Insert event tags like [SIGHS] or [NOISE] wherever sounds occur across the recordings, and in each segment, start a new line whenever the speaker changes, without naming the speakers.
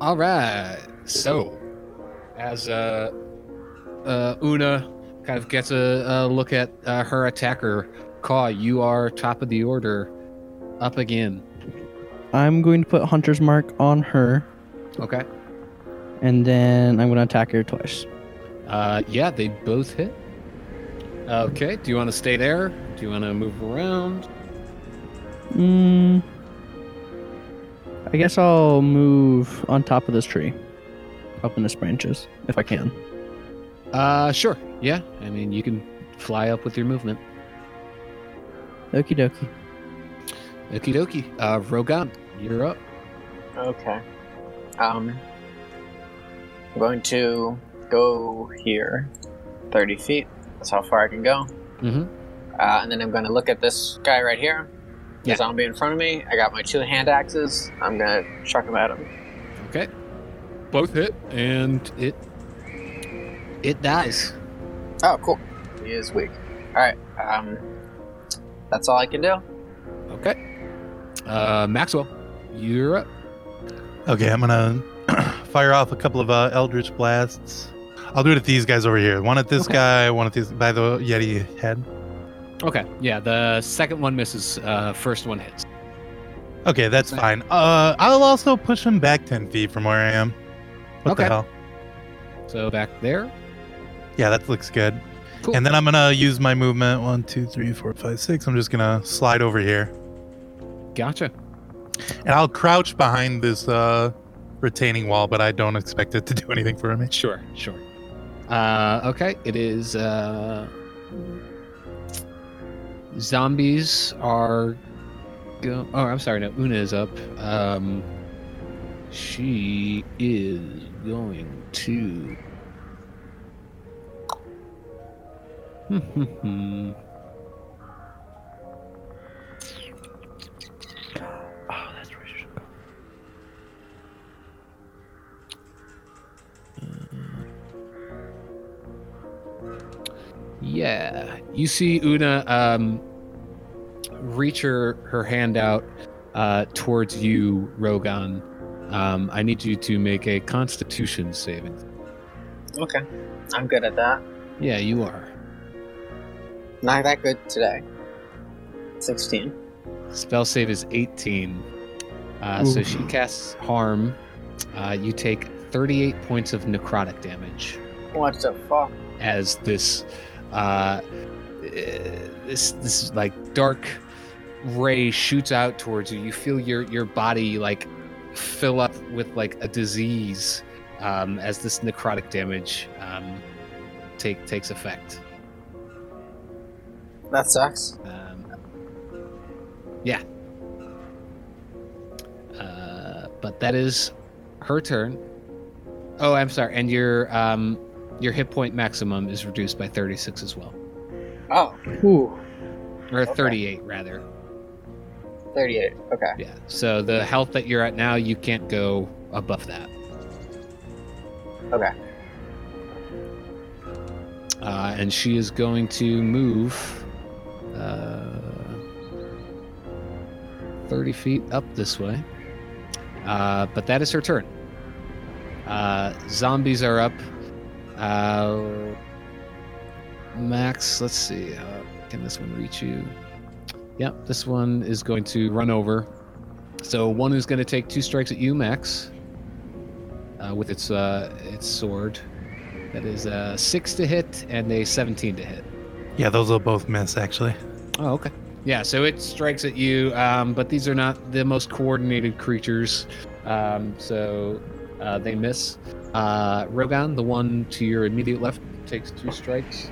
All right. So, as uh, uh, Una kind of gets a, a look at uh, her attacker, Kaw, you are top of the order, up again.
I'm going to put Hunter's Mark on her,
Okay.
and then I'm going to attack her twice.
Uh, yeah, they both hit. Okay. Do you want to stay there? Do you want to move around?
Mm, I guess I'll move on top of this tree, up in its branches, if I can.
Uh, sure. Yeah. I mean, you can fly up with your movement.
Okie dokie.
Okie dokie. Uh, Rogan, you're up.
Okay. Um, I'm going to go here, 30 feet. That's how far I can go.
Mhm.
Uh, and then I'm going to look at this guy right here. The
Yeah.
zombie in front of me. I got my two hand axes. I'm going to chuck him at him.
Okay. Both hit, and it it dies.
Oh, cool. He is weak. All right. Um, that's all I can do.
Okay. Uh, Maxwell, you're up.
Okay, I'm gonna [CLEARS THROAT] fire off a couple of uh, Eldritch blasts. I'll do it at these guys over here. One at this
Okay.
guy, one at these by the Yeti head.
Okay. Yeah, the second one misses. Uh, first one hits.
Okay, that's
Okay.
fine. Uh, I'll also push him back ten feet from where I am. What
Okay.
the hell?
So back there.
Yeah, that looks good.
Cool.
And then I'm gonna use my movement. One, two, three, four, five, six. I'm just gonna slide over here,
Gotcha.
and I'll crouch behind this uh, retaining wall, but I don't expect it to do [LAUGHS] anything for me.
Sure. Sure. Uh, okay. It is. Uh, zombies are. Go- oh, I'm sorry. No, Una is up. Um, she is going to. [LAUGHS] Hmm,
Oh, that's where she
Yeah. You see Una um, reach her, her hand out uh, towards you, Rogan. Um, I need you to make a constitution saving.
Okay. I'm good at that.
Yeah, you are.
Not that good today. 16.
Spell save is 18. Uh, so
Oof.
she casts harm. Uh, you take 38 points of necrotic damage
What the fuck?
as this, uh, eh, this, this like dark ray shoots out towards you. You feel your your body like fill up with like a disease um, as this necrotic damage um, take takes effect.
That sucks.
Um, yeah. Uh, but that is her turn. Oh, I'm sorry. And your um, your hit point maximum is reduced by 36 as well,
Oh,
Ooh.
or
Okay.
38 rather.
38. Okay.
Yeah. So the health that you're at now, you can't go above that.
Okay.
Uh, and she is going to move uh, 30 feet up this way. Uh, but that is her turn. Uh, zombies are up. Uh, Max, let's see. Uh, can this one reach you? Yep, this one is going to run over. So one is going to take two strikes at you, Max, uh, with its uh, its sword. That is a six to hit and a 17 to hit.
Yeah, those will both miss actually.
Oh, okay. Yeah, so it strikes at you, um, but these are not the most coordinated creatures, um, so uh, they miss. Uh, Rogan, the one to your immediate left, takes two strikes.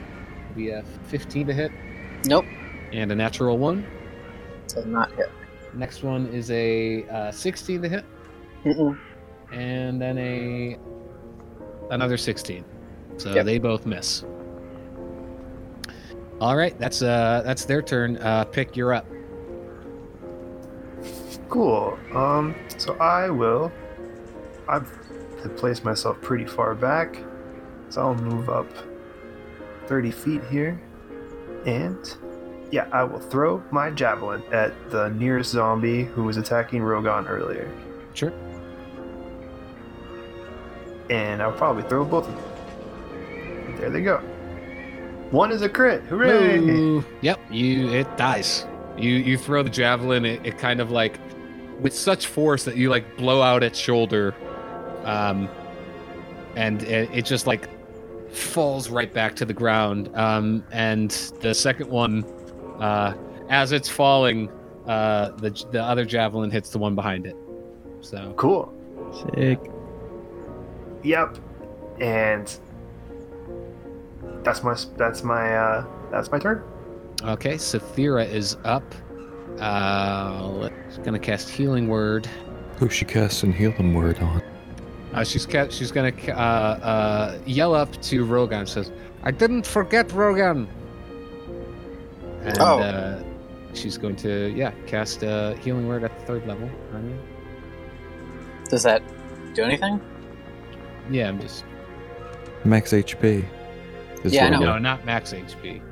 Be a 15 to hit
Nope.
and a natural one.
Does not hit.
Next one is a uh, 16 to hit
Mm-mm.
and then a another 16. So
Yep.
they both miss. All right, that's uh that's their turn. Uh, pick, you're up.
Cool. Um, so I will. I've placed myself pretty far back, so I'll move up 30 feet here. And yeah, I will throw my javelin at the nearest zombie who was attacking Rogan earlier.
Sure.
and I'll probably throw both of them. There they go. One is a crit. Hooray!
Ooh. Yep, you it dies. You you throw the javelin, it, it kind of like with such force that you like blow out its shoulder. Um and it, it just like falls right back to the ground. Um and the second one uh as it's falling, uh the the other javelin hits the one behind it. So
Cool.
Sick.
Yep. And that's my that's my uh that's my turn.
Okay, Saphira is up. Uh, she's gonna cast Healing Word.
Who she cast and heal them word on?
Uh, she's ca- she's gonna ca- uh, uh, yell up to Rogan. Says, "I didn't forget Rogan." And
Oh.
uh, she's going to yeah cast uh, Healing Word at the third level. on you.
Does that do anything?
Yeah, I'm just
Max HP. is
Yeah, I
what
know.
it
no, not max HP.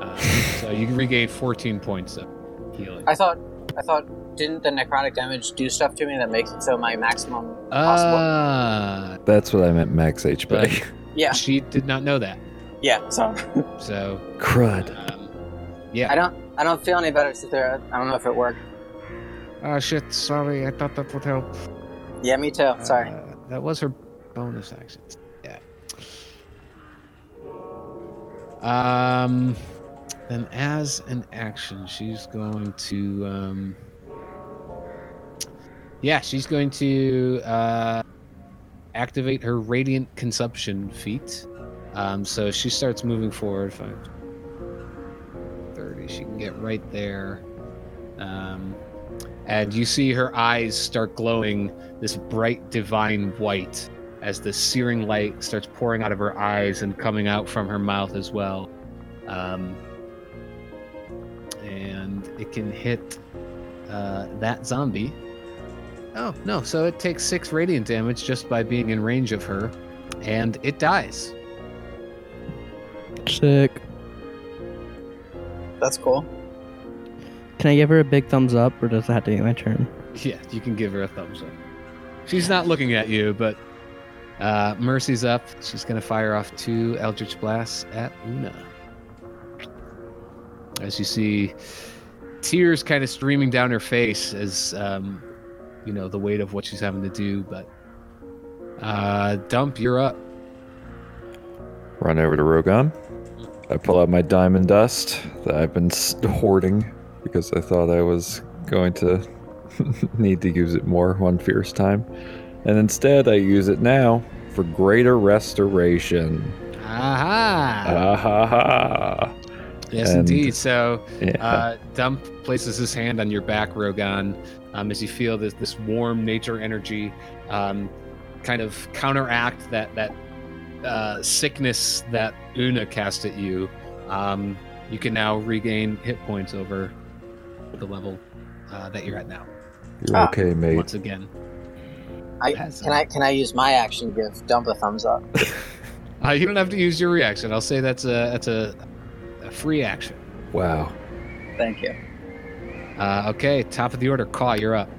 Uh, so you can regain 14 points of healing.
I thought. I thought. Didn't the necrotic damage do stuff to me that makes it so my maximum possible?
Uh,
is. That's what I meant, max HP.
yeah.
she did not know that.
Yeah. [LAUGHS] So
So
[LAUGHS] Crud.
um,
I don't. I don't feel any better, Sathira. I don't know if it worked.
Oh shit, sorry, I thought that would help.
Yeah, me too. Oh, Sorry.
Uh, that was her bonus action. Yeah. Um then as an action, she's going to um Yeah, she's going to uh activate her radiant consumption feat. Um so she starts moving forward 5 30. She can get right there. Um and you see her eyes start glowing this bright divine white as the searing light starts pouring out of her eyes and coming out from her mouth as well. Um, and it can hit uh, that zombie. Oh, no. So it takes six radiant damage just by being in range of her, and it dies.
Sick.
That's cool.
Can I give her a big thumbs up, or does it have to be my turn?
Yeah, you can give her a thumbs up. She's not looking at you, but uh, Mercy's up. She's going to fire off two Eldritch Blasts at Una. As you see tears kind of streaming down her face as, um, you know, the weight of what she's having to do. But uh, Dump, you're up.
Run over to Rogan. I pull out my diamond dust that I've been s- hoarding because I thought I was going to [LAUGHS] need to use it more one fierce time. And instead, I use it now for greater restoration.
Aha!
Ah ha ha.
yes,
and-
indeed. So
Yeah.
Ah.
Uh, Dump places his hand on your back, Rogan, um, as you feel this, this warm nature energy um, kind of counteract that that uh, sickness that Una cast at you. Um, you can now regain hit points over the level uh, that you're at now.
You're
ah,
okay, mate.
Once again,
I
That's
can I can I use my action to give Dump a thumbs up?
uh, you don't have to use your reaction. I'll say that's a that's a, a free action.
Wow.
Thank you.
Uh, okay, top of the order, Caw, you're up.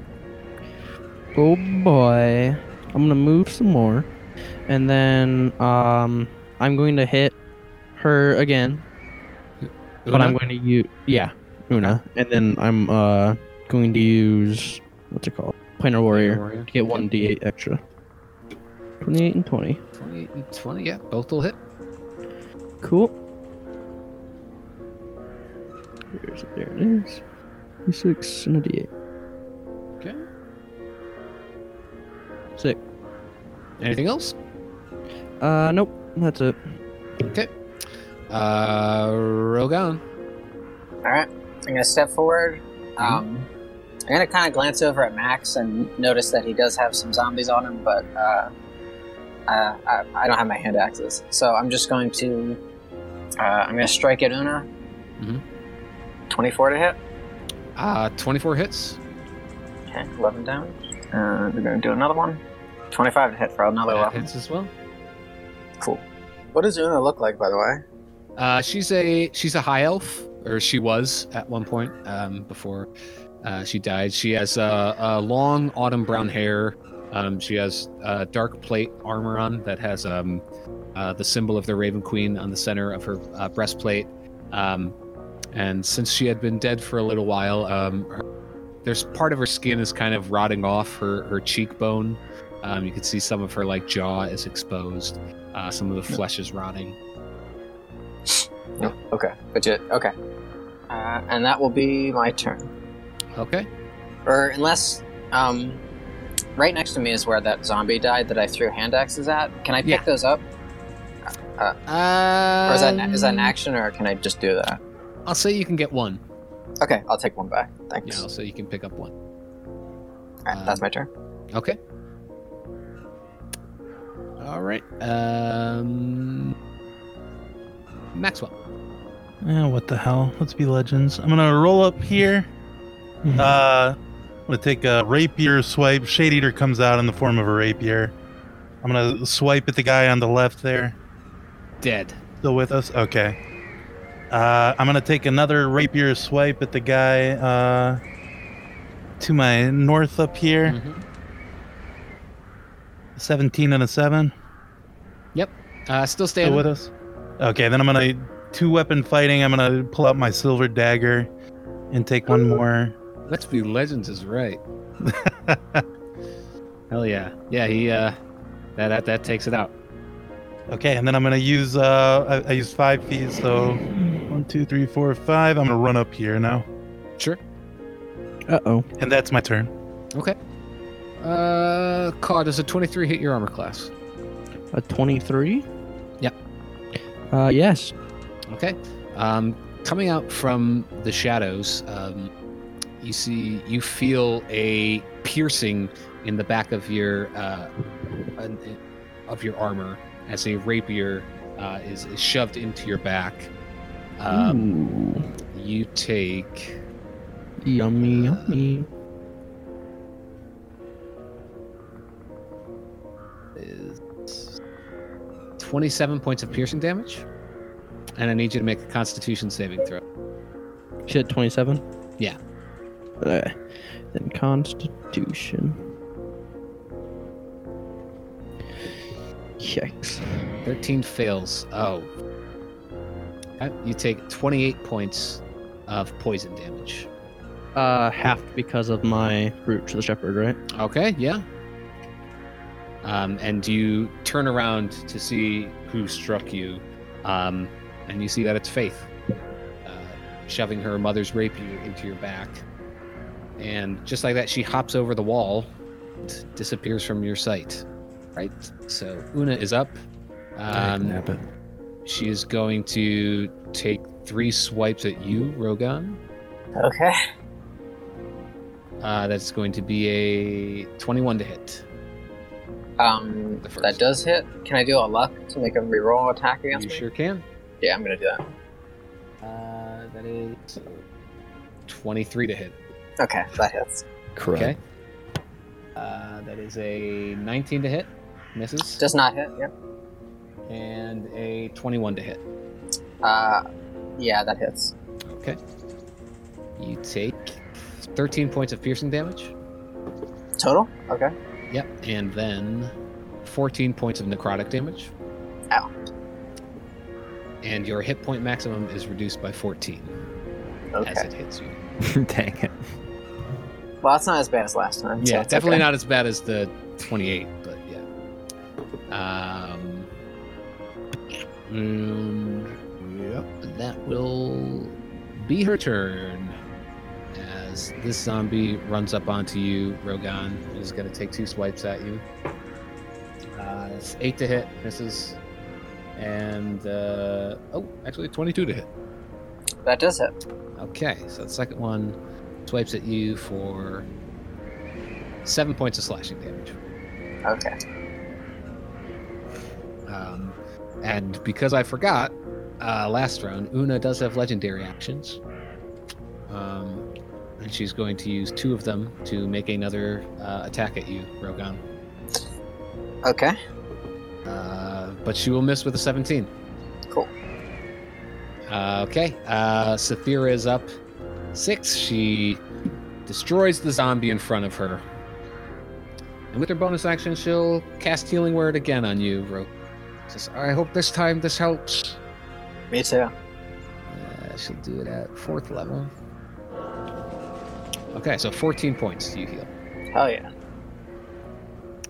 Oh boy. I'm gonna move some more. And then um I'm going to hit her again. But I'm
Una?
going to use yeah, Una. And then I'm uh going to use what's it called? Planar Warrior.
Warrior.
to Get one D eight extra. Twenty eight and twenty.
28 and 20, yeah, both will hit.
Cool. There's, there it is. D6 and a D8.
Okay.
Sick.
Anything else?
Uh, nope. That's it.
Okay. Uh, Rogan.
All right. I'm gonna step forward. Um, I'm gonna kind of glance over at Max and notice that he does have some zombies on him, but uh, uh, I, I don't have my hand axes, so I'm just going to. Uh, I'm gonna strike at Una.
Mhm.
Twenty-four to hit.
Uh, 24 hits.
Okay, eleven down. Uh, we're gonna do another one. Twenty-five to hit for another
That
weapon.
hits as well.
Cool. What does Una look like, by the way?
Uh, she's a she's a high elf, or she was at one point um, before uh, she died. She has uh, uh, long autumn brown hair, Um, she has uh, dark plate armor on that has um, uh, the symbol of the Raven Queen on the center of her uh, breastplate. Um, and since she had been dead for a little while, um, her, there's part of her skin is kind of rotting off her, her cheekbone. Um, you can see some of her like jaw is exposed. Uh, some of the flesh is rotting.
No, okay, legit. Okay, uh, and that will be my turn.
Okay.
Or unless, um, right next to me is where that zombie died that I threw hand axes at. Can I pick
Yeah.
those up,
Uh,
or is that is that an action, or can I just do that?
I'll say you can get one.
Okay, I'll take one back.
You
Thanks.
know, so you can pick up one.
All right,
um,
that's my turn.
Okay. All right. Um, Maxwell.
Yeah, Eh, what the hell? Let's be legends. I'm gonna roll up here. Uh, I'm gonna take a rapier swipe. Shade Eater comes out in the form of a rapier. I'm gonna swipe at the guy on the left there.
Dead.
Still with us? Okay. Uh, I'm gonna take another rapier swipe at the guy uh, to my north up here.
Mhm.
17 and a seven.
Uh, still
Still
standing.
with us? Okay, then I'm gonna two weapon fighting. I'm gonna pull out my silver dagger and take one more.
Let's be legends is right. [LAUGHS] Hell yeah. Yeah, he uh that that, that takes it out.
Okay, and then I'm gonna use uh I, I use five feet, so one, two, three, four, five. I'm gonna run up here now.
Sure.
Uh oh.
And that's my turn.
Uh Caw, does a twenty three hit your armor class?
A 23?
Yep.
Uh, yes.
Okay. Um coming out from the shadows, um you see you feel a piercing in the back of your uh an- of your armor as a rapier uh, is, is shoved into your back.
Hmm.
Um, you take
Ooh, yummy, yummy.
is 27 uh, points of piercing damage. And I need you to make a constitution saving throw.
Shit, 27?
Yeah.
Uh, then Constitution. Yikes.
13 fails. Oh. Uh, You take 28 points of poison damage.
Uh, half because of my route to the shepherd, right?
Okay, yeah. Um, and you turn around to see who struck you, um, and you see that it's Faith, uh, shoving her mother's rapier into your back. And just like that, she hops over the wall and disappears from your sight. Right? So Una is up. Um,
Nab it.
she is going to take three swipes at you, Rogan.
Okay.
Uh, that's going to be a 21 to hit.
Um,
The first.
that does hit. Can I do a luck to make a reroll attack against
You
me?
sure can.
Yeah, I'm gonna do that.
Uh, that is 23 to hit.
Okay, that hits.
Correct.
Okay. Uh, that is a 19 to hit, misses,
Does not hit. Yeah.
and a 21 to hit.
Uh, yeah, that hits.
Okay. You take 13 points of piercing damage.
Total. Okay.
Yep. And then 14 points of necrotic damage.
Ow.
And your hit point maximum is reduced by 14
Okay.
as it hits you.
Dang it.
Well, it's not as bad as last time. so
Yeah,
it's
definitely
okay.
not as bad as the 28, but yeah. Um, and yep, that will be her turn. As this zombie runs up onto you, Rogan is going to take two swipes at you. Uh, it's eight to hit, misses, and uh, oh, actually twenty-two to hit.
That does hit.
Okay, so the second one swipes at you for seven points of slashing damage.
Okay.
Um, and because I forgot uh, last round, Una does have legendary actions. Um, and she's going to use two of them to make another uh, attack at you, Rogan.
Okay.
Uh, but she will miss with a 17.
Cool.
Uh, okay. Uh, Sathira is up six. She destroys the zombie in front of her. And with her bonus action, she'll cast Healing Word again on you, Rope. Says, I hope this time this helps.
Me too.
Uh, she'll do it at fourth level. Okay, so 14 points you heal.
Hell yeah.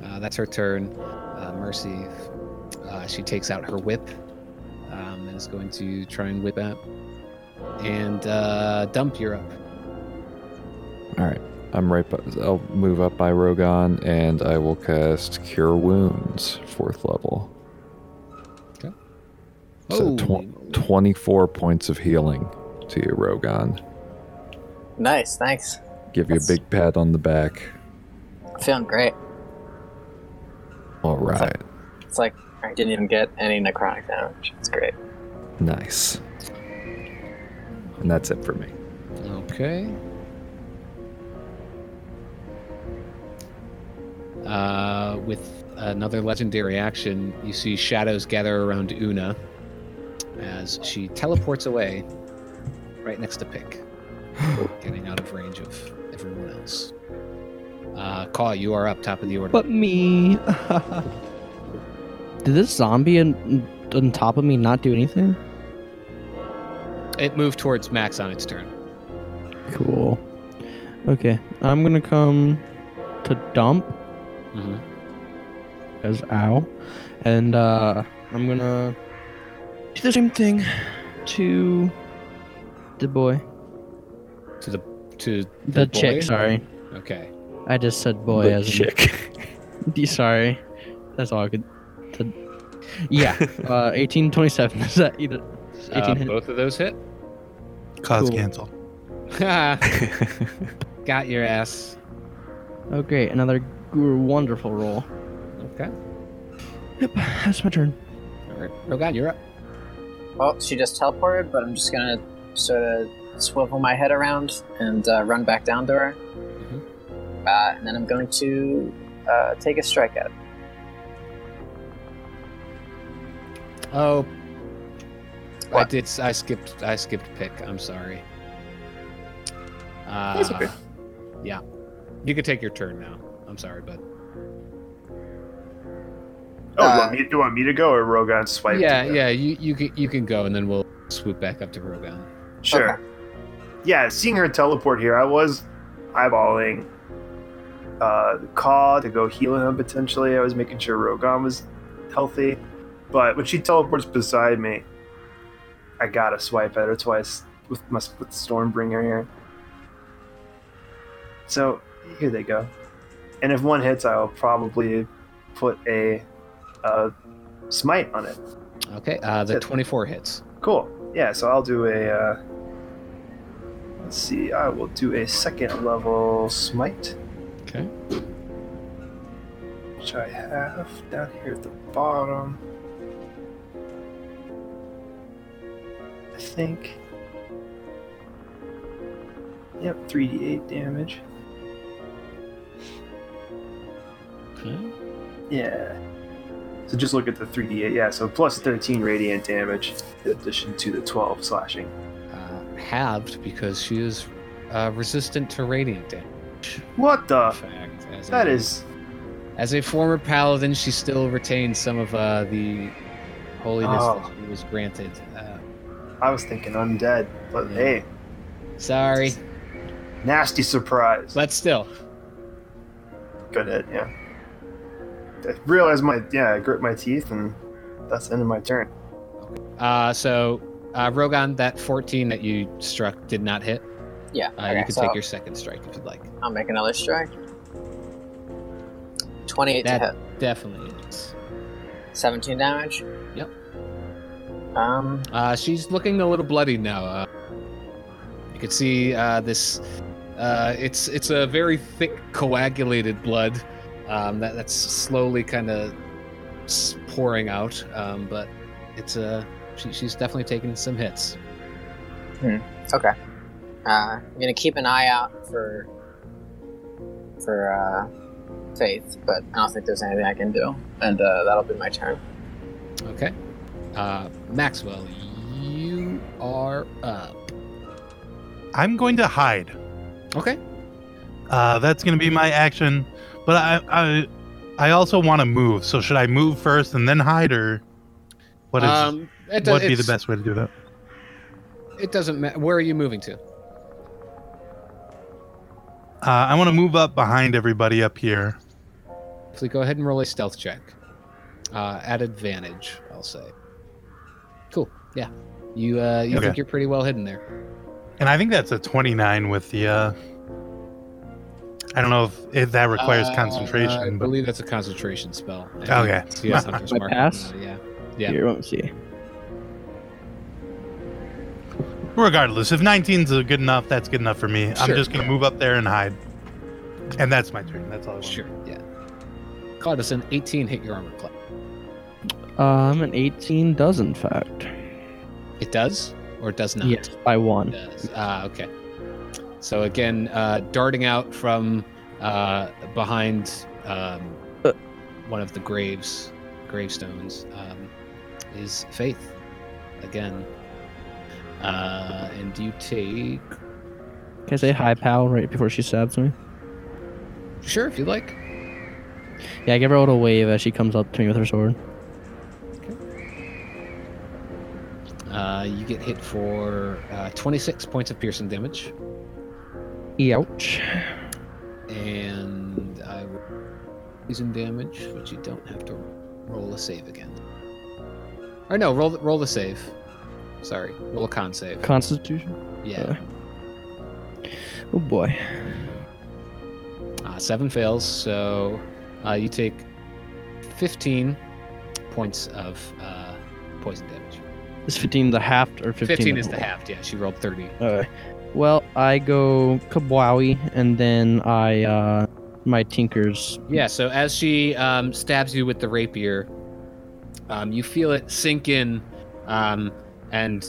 Uh, that's her turn. Uh, Mercy, uh, she takes out her whip um, and is going to try and whip out. And uh, Dump, you're up.
All right. I'm right. By, I'll move up by Rogan, and I will cast Cure Wounds, fourth level. So tw-
Holy moly.
24 points of healing to you, Rogan.
Nice. Thanks.
Give you a
That's-
big pat on the back.
Feeling great.
All right.
It's like I didn't even get any necrotic damage. It's great.
Nice. And that's it for me.
Okay. Uh, with another legendary action, you see shadows gather around Una as she teleports away right next to Pick, getting out of range of everyone else. Uh, Call, you are up top of the order.
But me. [LAUGHS] Did this zombie on, on top of me not do anything?
It moved towards Max on its turn.
Cool. Okay, I'm gonna come to dump
Mm-hmm.
as ow, and uh, I'm gonna do the same thing to the boy,
To the to
the,
boy?
chick. Sorry,
okay.
I just said boy
The
as in-
chick.
[LAUGHS] D- sorry. That's all I could. To... Yeah, uh, eighteen twenty-seven. Is that either?
Uh,
18 hit.
both of those hit. [LAUGHS]
Cause
Cool.
cancel.
Got your ass.
Oh, great! Another g- wonderful roll.
Okay.
Yep, that's my turn.
All right. Rogan, you're up.
Well, she just teleported, but I'm just gonna sort of swivel my head around and uh, run back down to her.
Mhm.
Uh, and then I'm going to uh, take a strike at. it.
Oh, I
What?
did. I skipped. I skipped pick. I'm sorry. Uh,
That's okay.
Yeah, you can take your turn now. I'm sorry, but
Oh, you
Uh,
want me, you want me to go or Rogan swipe? to
yeah,
go?
yeah. You you can you can go, and then we'll swoop back up to Rogan.
Sure. Yeah, seeing her teleport here, I was eyeballing uh Ka to go heal him potentially. I was making sure Rogan was healthy. But when she teleports beside me, I gotta swipe at her twice with my with Stormbringer here. So here they go. And if one hits, I will probably put a uh, smite on it.
Okay. Uh, the
Hit.
24 hits.
Cool. Yeah, so I'll do a. Uh, let's see, I will do a second level smite,
Okay.
which I have down here at the bottom. I think. Yep, 3d8 damage.
Okay.
Yeah. So just look at the 3d8. Yeah, so plus 13 radiant damage in addition to the 12 slashing.
Uh, halved because she is uh, resistant to radiant damage.
What
In
the?
fact, as
Uh, That
a-
is
As a former paladin, she still retains some of uh, the holiness
Oh.
that she was granted. Uh,
I was thinking undead, but
Yeah.
hey,
sorry,
nasty surprise.
but still.
Good hit, yeah. I realized my yeah, I grit my teeth, and that's the end of my turn.
Uh, so, uh, Rogan, that 14 that you struck did not hit.
Yeah.
Uh,
okay,
you can
so
take your second strike if you'd like.
I'll make another strike. Twenty-eight
That-
to hit.
Definitely hits.
17 damage.
Yep.
Um,
Uh, she's looking a little bloody now. Uh, you can see uh, this. Uh, it's it's a very thick coagulated blood um, that that's slowly kind of pouring out, um, but it's uh, she, she's definitely taking some hits.
uh, I'm gonna keep an eye out for for uh, faith, but I don't think there's anything I can do, and uh, that'll be my turn.
Okay, uh, Maxwell, you are up.
I'm going to hide.
Okay.
Uh, that's going to be my action. But I I I also want to move. So should I move first and then hide, or what is
um, it do-
what'd be the
it's-
best way to do that?
It doesn't matter. Where are you moving to?
Uh, I want to move up behind everybody up here.
Please go ahead and roll a stealth check. Uh, at advantage, I'll say. Cool. Yeah. You uh, you
Okay.
think you're pretty well hidden there.
And I think that's a 29 with the. Uh, I don't know if, if that requires
Uh, I
concentration, but
believe that's a concentration spell.
Okay.
He has Hunter's
My
Mark.
pass?
uh, Yeah. Yeah.
Here, let me see.
regardless, if 19's a good enough, that's good enough for me. I'm
Sure.
just gonna move up there and hide, and that's my turn. That's all. I want.
Sure. Yeah. Cloud, does an 18 hit your armor class?
Um, an 18 does in fact.
It does, or it does not.
Yes, by one.
does. Ah, okay. So again, uh, darting out from uh, behind um,
Uh.
one of the graves, gravestones, um, is Faith again. Uh, and you take
Can I say hi, pal, right before she stabs me?
sure if you like.
Yeah, I give her a little wave as she comes up to me with her sword.
Uh, you get hit for uh, 26 points of piercing damage,
Ouch.
and I will poison damage, which you don't have to roll a save again. Or no, roll roll the save. Sorry, roll a con save.
Constitution?
Yeah,
Oh boy.
uh, seven fails, so uh, you take 15 points of uh, poison damage.
Is 15 the halved or 15?
15, is the halved. Yeah, she rolled 30.
Alright. Well, I go kabwowie and then I, uh, my tinkers.
Yeah, so as she um, stabs you with the rapier, um, you feel it sink in, um, and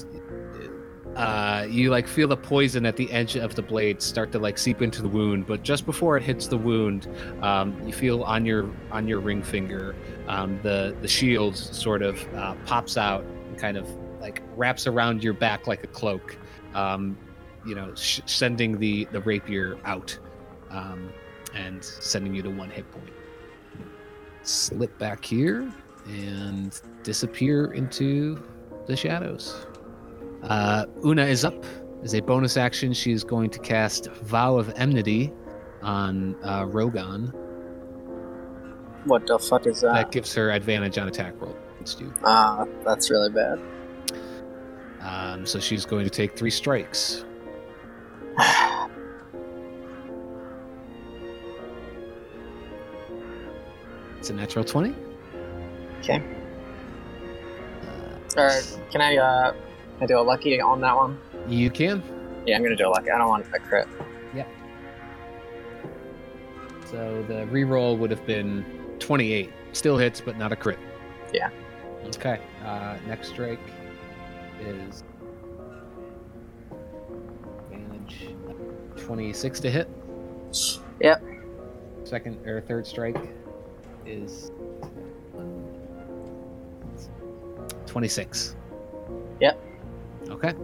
uh, you like feel the poison at the edge of the blade start to like seep into the wound. But just before it hits the wound, um, you feel on your on your ring finger um, the the shield sort of uh, pops out and kind of like wraps around your back like a cloak, um, you know, sh- sending the the rapier out. Um, and sending you to one hit point. Slip back here and disappear into the shadows. Uh, Una is up. As a bonus action, she is going to cast Vow of Enmity on uh, Rogan.
What the fuck is
That
that?
gives her advantage on attack roll against you.
Ah, that's really bad.
Um, so she's going to take three strikes. [SIGHS] It's a natural 20.
Okay.
Uh,
Or can I uh can I do a lucky on that one?
You can.
Yeah, I'm gonna do a lucky. I don't want a crit.
So the reroll would have been 28. Still hits, but not a crit.
Yeah.
Okay. Uh, next strike is advantage 26 to hit.
Yep.
Second or third strike is 26.
Yep.
Okay.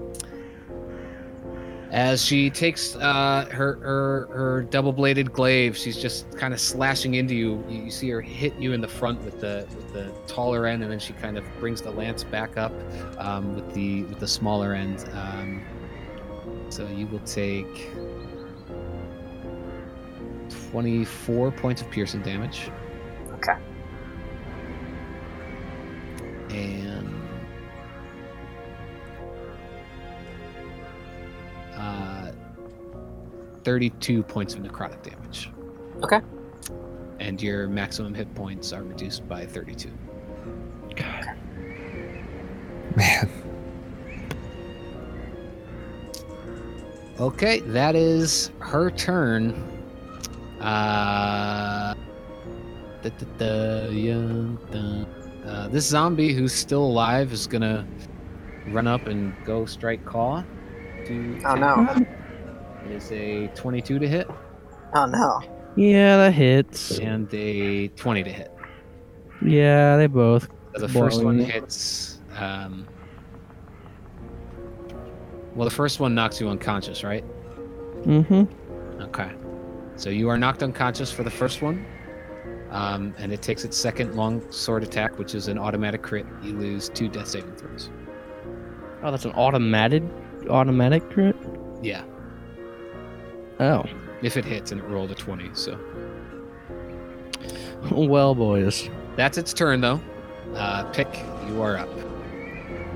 As she takes uh, her her her double-bladed glaive, she's just kind of slashing into you. you. You see her hit you in the front with the with the taller end, and then she kind of brings the lance back up um, with the with the smaller end. Um, so you will take twenty-four points of piercing damage.
Okay.
And uh, 32 points of necrotic damage.
Okay.
And your maximum hit points are reduced by 32.
God.
Man,
Okay, that is her turn. Uh, da, da, da, yeah, da. Uh, this zombie who's still alive is gonna run up and go strike Caw. to
Oh no.
It is a 22 to hit
Oh no.
Yeah, that hits.
and a 20 to hit.
Yeah, they both.
The first one
Boing.
hits. Um, well, the first one knocks you unconscious, right?
Mm hmm.
Okay. So you are knocked unconscious for the first one. Um, and it takes its second long sword attack, which is an automatic crit. You lose two death saving throws.
Oh, that's an automatic automatic crit.
Yeah,
Oh, [LAUGHS]
if it hits and it rolled a 20. So
well, boys.
that's its turn, though. Uh, pick, you are up.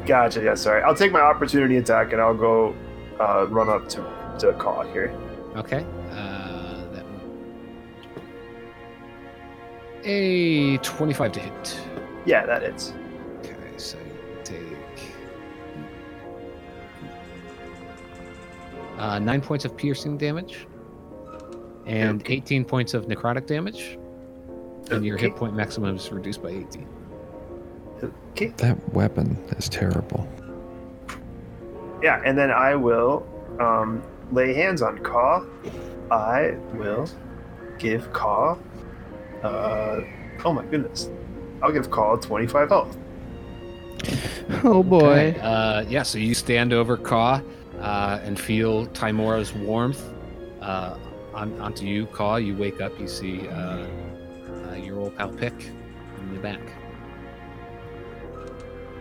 Gotcha. Yeah, sorry. I'll take my opportunity attack and I'll go uh, run up to to call here.
Okay. Uh, that one. A 25 to hit.
Yeah, that hits.
Okay, so you take. Uh, nine points of piercing damage and 18 points of necrotic damage, and your hit
Okay.
point maximum is reduced by 18.
Okay.
That weapon is terrible.
Yeah, and then I will um, lay hands on Kaw. I will give Kaw. Uh, oh my goodness. I'll give Kaw 25 health.
Oh boy.
Okay, Uh, yeah, so you stand over Kaw uh, and feel Timora's warmth uh, on, onto you, Kaw. You wake up, you see uh, uh, your old pal Pick in the back.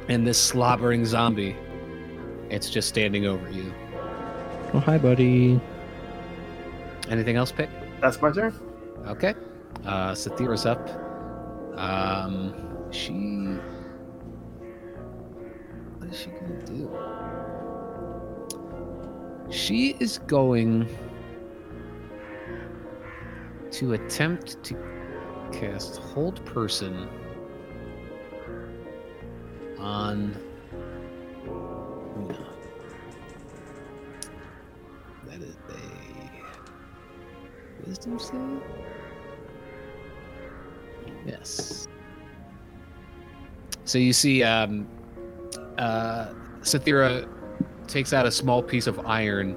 And this slobbering zombie, it's just standing over you.
Oh hi, buddy.
Anything else, Pick?
That's my turn.
Okay. Uh, Sathira's up. Um, she. What is she gonna do? She is going to attempt to cast Hold Person on Una. That is a wisdom save? Yes. So you see, um, uh, Sathira takes out a small piece of iron,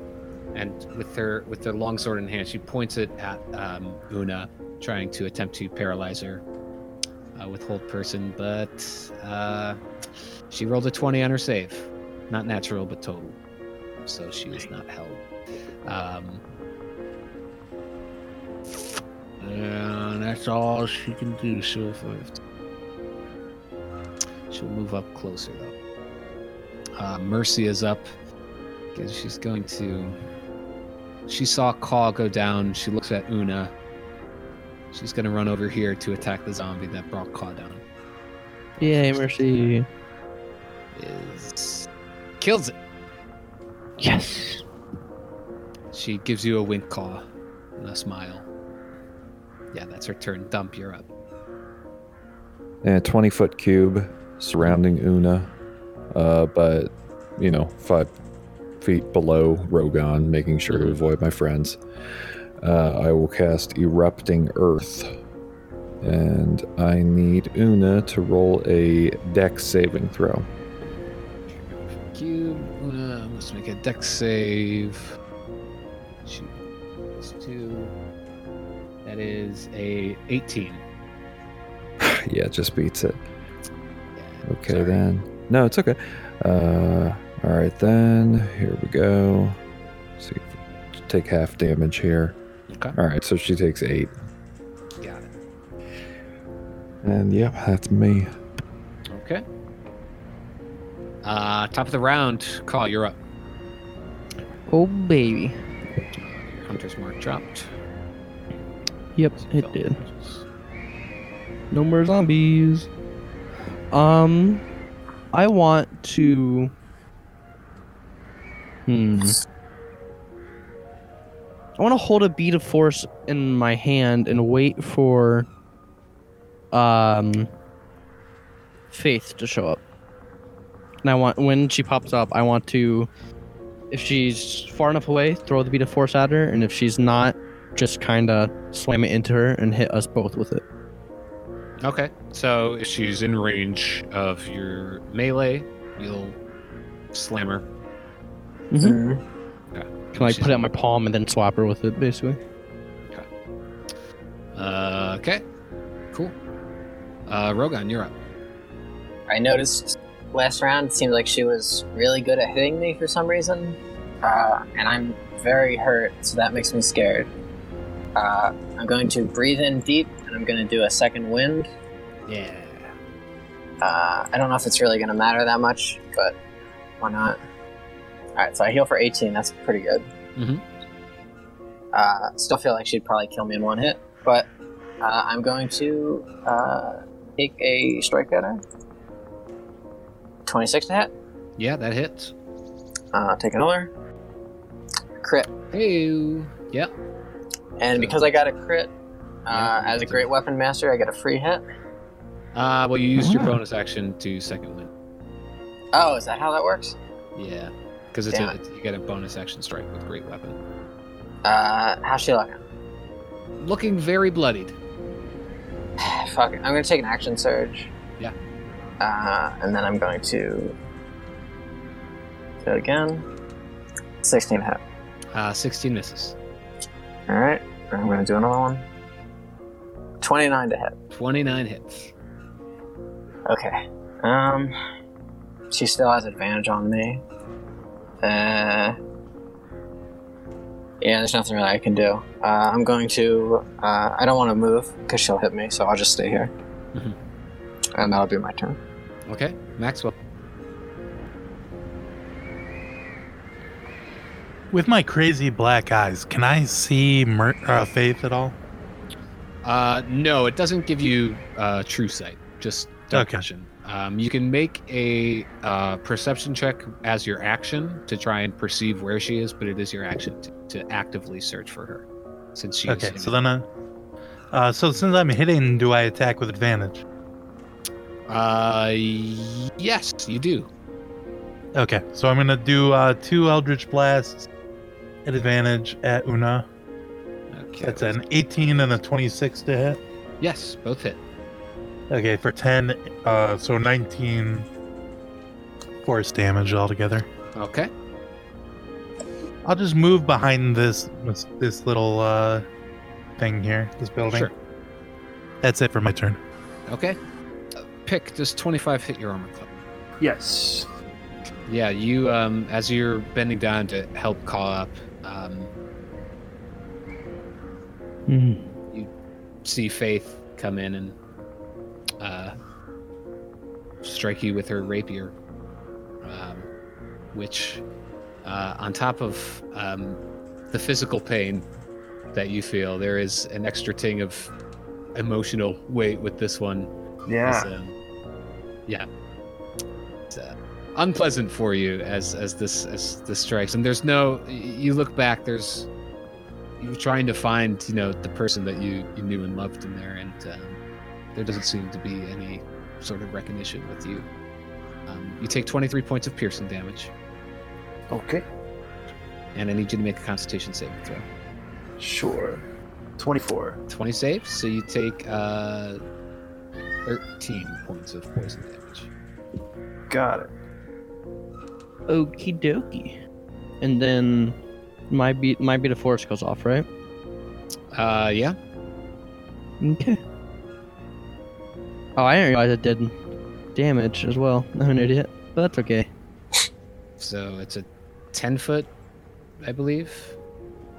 and with her with her long sword in hand, she points it at um, Una, trying to attempt to paralyze her uh, with hold person. But uh, she rolled a twenty on her save, not natural but total, so she is not held. Um, and that's all she can do. She'll five. She'll move up closer though. Uh, Mercy is up. Guess she's going to. She saw Kaw go down. She looks at Una. She's gonna run over here to attack the zombie that brought Kaw down.
Yay, mercy.
Is kills it.
Yes.
She gives you a wink claw and a smile. Yeah, that's her turn. Dump, you're up.
And a 20 foot cube surrounding Una, uh, but, you know, five feet below Rogan, making sure to avoid my friends. Uh, I will cast Erupting Earth. And I need Una to roll a dex saving throw. [SIGHS]
Cube. Uh, let's make a dex save. Shoot. Plus two. That is a 18.
yeah, it just beats it.
Yeah,
Okay
sorry.
then. No, it's okay. Uh, all right then. Here we go. see, if- take half damage here.
Okay.
All right, so she takes eight,
Got it.
and yep, that's me.
Okay. Uh, top of the round. Call, you're up.
Oh baby.
Your hunter's mark dropped.
Yep, it did. No more zombies. Um, I want to. Hmm. I want to hold a bead of force in my hand and wait for, um, Faith to show up. And I want when she pops up, I want to, if she's far enough away, throw the bead of force at her, and if she's not, just kind of slam it into her and hit us both with it.
Okay. So if she's in range of your melee, you'll slam her.
Mm-hmm. Can like put it on my palm and then swap her with it, basically.
Uh, okay. Cool. Uh, Rogan, you're up.
I noticed last round, it seemed like she was really good at hitting me for some reason. Uh, and I'm very hurt, so that makes me scared. Uh, I'm going to breathe in deep, and I'm going to do a second wind.
Yeah.
Uh, I don't know if it's really going to matter that much, but why not? All right, so I heal for 18. That's pretty good.
Mhm.
Uh, still feel like she'd probably kill me in one hit, but uh, I'm going to uh, take a strike at her. 26 to hit.
Yeah, that hits.
Uh, take another crit,
Hey. Yep.
and because I got a crit uh, as a great weapon master, I get a free hit.
Uh, well, you used your
Wow.
bonus action to second win.
Oh, is that how that works?
Yeah. Because it's, a,
Damn
it's you get a bonus action strike with great weapon.
Uh, how's she looking?
Looking very bloodied.
Fuck it. I'm gonna take an action surge.
Yeah.
Uh, and then I'm going to do it again. 16 hit.
Uh, 16 misses.
All right. I'm gonna do another one. 29 to hit.
29 hits.
Okay. Um, she still has advantage on me. Uh, yeah, there's nothing really I can do. Uh, I'm going to. Uh, I don't want to move because she'll hit me, so I'll just stay here.
Mhm.
And that'll be my turn.
Okay. Maxwell.
With my crazy black eyes, can I see Mer- uh, Faith at all?
Uh, no, it doesn't give you uh, true sight. Just dark
Okay.
vision. Um, you can make a uh, perception check as your action to try and perceive where she is, but it is your action to, to actively search for her, since she.
Okay,
is
so then I. Uh, so since I'm hitting, do I attack with advantage?
Uh, yes, you do.
Okay, so I'm gonna do uh, two Eldritch Blasts at advantage at Una.
Okay.
That's an 18 and a 26 to hit.
Yes, both hit.
Okay, for 10, uh, so 19 force damage altogether.
Okay.
I'll just move behind this this, this little uh, thing here, this building.
Sure.
That's it for my turn.
Okay. Uh, Pick. Does twenty-five hit your armor class?
Yes.
Yeah, you um as you're bending down to help call up, um
Mm-hmm.
see Faith come in and uh strike you with her rapier. Um which uh on top of um the physical pain that you feel, there is an extra ting of emotional weight with this one.
Yeah.
It's, um, yeah. It's, uh, unpleasant for you as as this as this strikes, and there's no. y- You look back. There's you're trying to find you know the person that you you knew and loved in there, and um, there doesn't seem to be any sort of recognition with you. Um, you take 23 points of piercing damage,
Okay.
and I need you to make a Constitution saving throw.
Sure. 24.
20 saves, so you take uh, 13 points of poison damage.
Got it.
Okie dokie. And then my beat my beat of force goes off, right?
Uh, yeah.
Okay. Oh, I didn't realize it did damage as well. I'm an idiot, but that's okay.
So it's a 10 foot, I believe.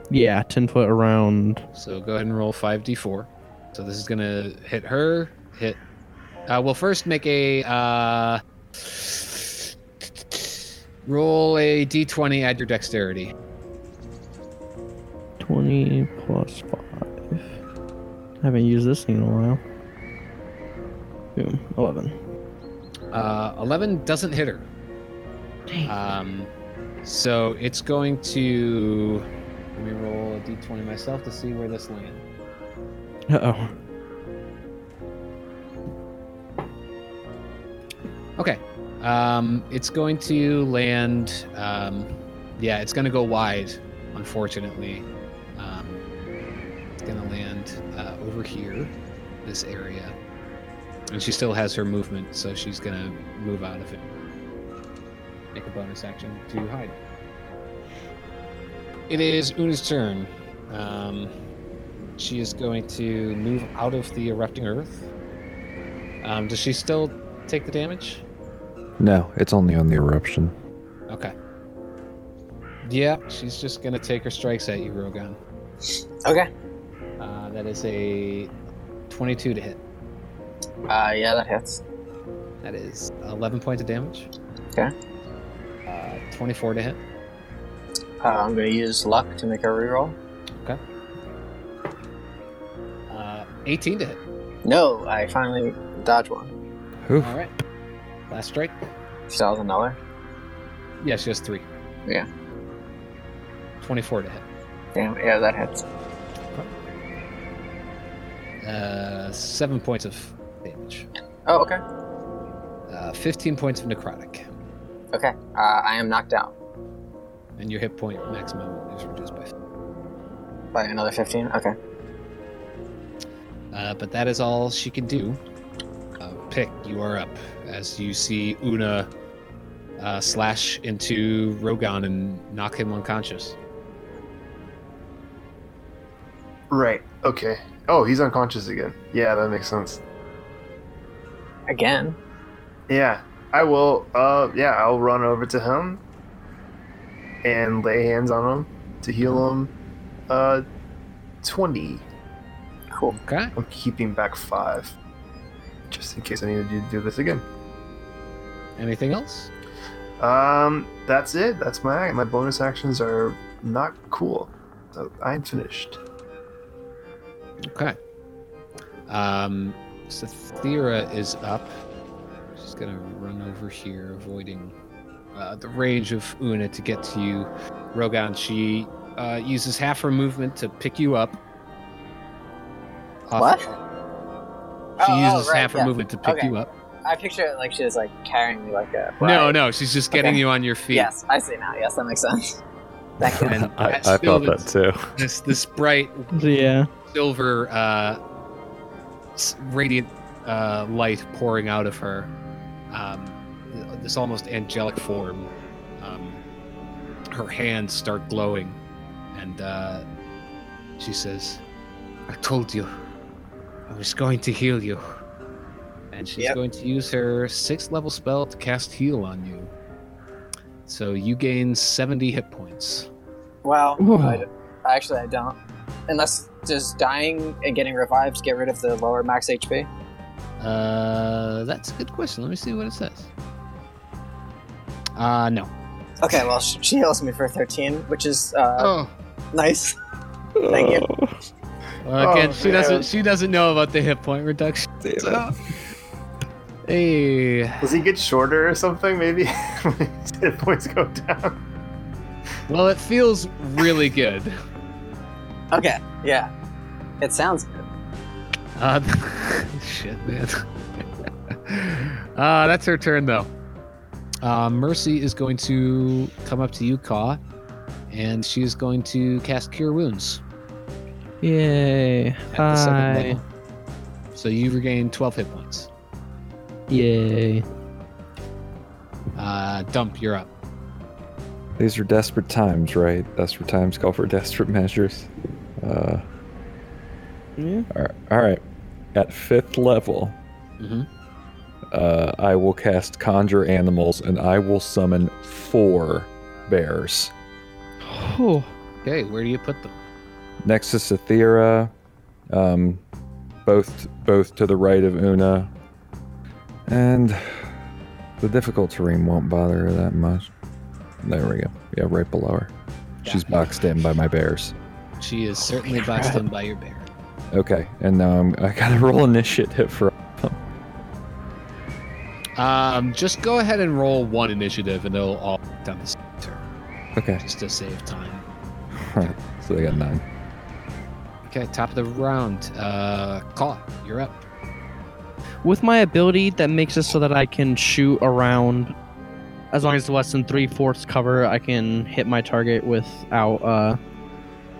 Yeah, ten foot around.
So go ahead and roll 5d4. So this is going to hit her, hit. Uh, we'll first make a. Uh, roll a d20, add your dexterity.
20 plus 5. I haven't used this thing in a while. Boom. 11.
Uh, 11 doesn't hit her. Um, so it's going to. Let me roll a d20 myself to see where this lands.
Uh oh.
Okay. Um, it's going to land. Um, yeah, it's going to go wide, unfortunately. Um, it's going to land uh, over here, this area. And she still has her movement, so she's going to move out of it. Make a bonus action to hide. It is Una's turn. Um, she is going to move out of the erupting earth. Um, does she still take the damage?
No, it's only on the eruption.
Okay. Yeah, she's just gonna take her strikes at you, Rogan.
Okay.
Uh, That is a 22 to hit.
Uh, yeah, that hits.
That is 11 points of damage.
Okay.
Uh, 24 to hit.
Uh, I'm gonna use luck to make a reroll.
Uh, 18 to hit.
No, I finally dodge one.
Oof.
All right. Last strike.
She has another.
Yeah, she has three.
Yeah.
24 to hit.
Damn, yeah, that hits.
Uh, seven points of damage.
Oh, okay.
Uh, 15 points of necrotic.
Okay. Uh, I am knocked out
And your hit point maximum is reduced by.
by another 15. Okay.
Uh, but that is all she can do. Uh, pick, you are up. As you see Una uh, slash into Rogan and knock him unconscious.
Right. Okay. Oh, he's unconscious again. Yeah, that makes sense.
Again.
Yeah, I will. Uh, yeah, I'll run over to him and lay hands on him to heal him. Uh, twenty.
Cool.
Okay.
I'm keeping back five, just in case I need to do- do this again.
Anything else?
Um, that's it. That's my my bonus actions are not cool. So I'm finished.
Okay. Um, so Thera is up. She's gonna run over here, avoiding uh, the range of Una to get to you. Rogan, she uh, uses half her movement to pick you up. Off-
What?
She
Oh, oh,
uses
right,
half her
yeah.
movement to pick
Okay.
you up.
I picture it like she was like carrying me like a.
No, no, she's just getting
Okay.
you on your feet.
Yes, I see now. Yes, that makes sense. [LAUGHS] Thank you.
And
[LAUGHS] I,
that's
I thought
still
that too.
This this bright
Yeah.
silver uh, s- radiant uh, light pouring out of her um, th- this almost angelic form um, her hands start glowing and uh, she says i told you i was going to heal you and she's
Yep.
going to use her sixth level spell to cast heal on you so you gain 70 hit poinds
Well,
Whoa.
I, actually, I don't. Unless does dying and getting revived get rid of the lower max HP?
Uh, that's a good question. Let me see what it says. Uh, no.
Okay, well sh- she heals me for 13, which is uh,
Oh,
nice. [LAUGHS] Thank you.
well, again,
Oh,
Uh, she doesn't.
man.
She doesn't know about the hit point reduction.
Damn it.
So- Hey,
Does he get shorter or something? Maybe [LAUGHS] His hit points go down.
well, it feels really good. Oh.
Okay, yeah, it sounds good.
Uh, [LAUGHS] shit, man. [LAUGHS] uh, that's her turn, though. Uh, Mercy is going to come up to you, Kaw, and she's going to cast Cure Wounds
Yay.
at the second
Hi.
level. So you regain 12 hit points.
Yay.
Uh, Dump, you're up.
These are desperate times, right? Desperate times call for [LAUGHS] desperate measures. Uh,
Yeah.
all all right. At fifth level,
Mm-hmm.
uh, I will cast Conjure Animals and I will summon four bears.
Oh.
Okay, where do you put them?
Next to Sathira, um, both both to the right of Una. And the difficult terrain won't bother her that much. There we go. Yeah, right below her. She's boxed in by my bears.
She is certainly boxed in by your bear.
Okay, and now I'm I gotta [LAUGHS] roll initiative for
Um, just go ahead and roll one initiative, and they'll all down the same turn
Okay.
just to save time.
Alright, so they got nine.
Okay, top of the round. Uh, Call, you're up.
With my ability, that makes it so that I can shoot around. As long as it's less than three fourths cover, I can hit my target without uh,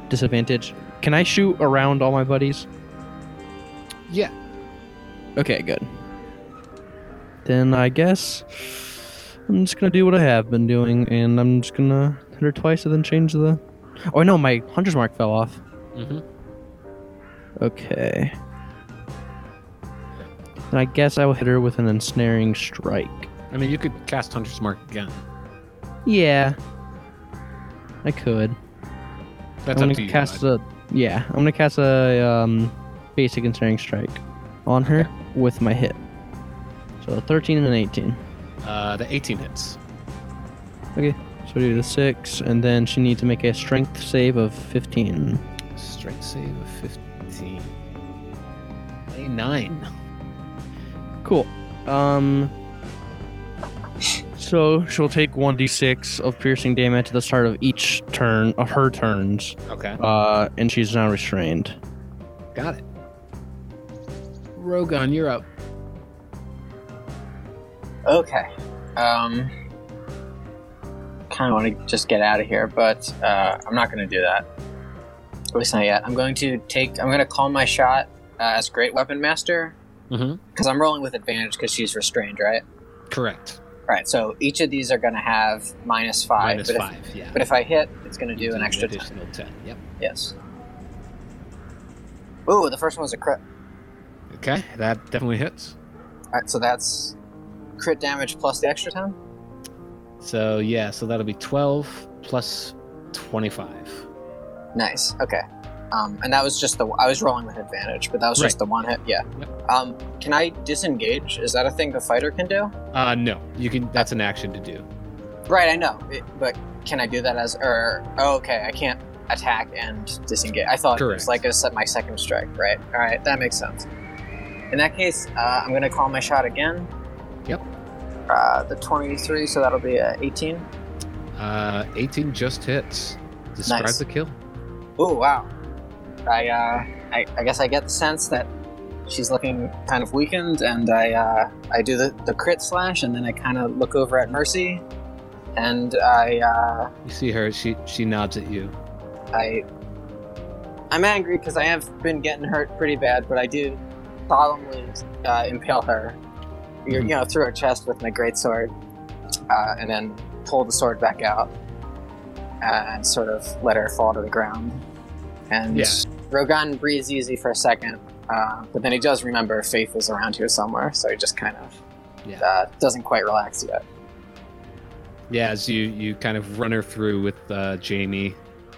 disadvantage. Can I shoot around all my buddies?
Yeah.
Okay, good. Then I guess I'm just gonna do what I have been doing, and I'm just gonna hit her twice and then change the. Oh no, my hunter's mark fell off.
Mm-hmm.
Okay. And I guess I will hit her with an ensnaring strike.
I mean, you could cast Hunter's Mark again.
Yeah. I could.
That's
I'm
up
gonna
to you.
cast
bud.
a Yeah, I'm gonna cast a um, basic ensnaring strike on her with my hit. So 13 and an 18.
Uh, the 18 hits.
So do the six, and then she needs to make a strength save of 15.
Strength save of 15. A 9.
Cool. Um. So she'll take 1d6 of piercing damage at the start of each turn of her turns,
Okay.
uh, and she's now restrained.
Got it. Rogan, you're up.
Okay. Um, kind of want to just get out of here, but uh, I'm not going to do that. At least not yet. I'm going to take. I'm going to call my shot uh, as Great Weapon Master
Mhm.
because I'm rolling with advantage because she's restrained, right?
Correct.
All right. So each of these are going to have minus five.
Minus
but if,
5, yeah.
But if I hit, it's going to
You
do an extra. ten.
additional 10. Yep.
Yes. Ooh, the first one was a crit.
Okay, that definitely hits.
All right, so that's crit damage plus the extra ten.
So, yeah, so that'll be 12 plus 25.
Nice. Okay. Um, and that was just the I was rolling with advantage, but that was just the one hit. Yeah. Um, can I disengage? Is that a thing the fighter can do?
Uh, no, you can. That's an action to do.
Right. I know, it, but can I do that as or oh, okay? I can't attack and disengage. I thought it
Correct.
was like a set my second strike. Right. All right. That makes sense. In that case, uh, I'm gonna call my shot again.
Yep.
Uh, the 23, so that'll be a 18.
Uh, 18 just hits. Describe
Nice.
the kill.
Ooh, wow. I, uh, I, I guess I get the sense that she's looking kind of weakened, and I, uh, I do the, the crit slash, and then I kind of look over at Mercy, and I, uh,
You see her. She she nods at you.
I, I'm angry because I have been getting hurt pretty bad, but I do solemnly uh, impale her, you
Mm-hmm.
you know, through her chest with my great sword, uh, and then pull the sword back out, and sort of let her fall to the ground. And
Yeah.
Rogan breathes easy for a second, uh, but then he does remember Faith is around here somewhere, so he just kind of
Yeah.
uh, doesn't quite relax yet.
Yeah, as you you kind of run her through with uh, Jamie,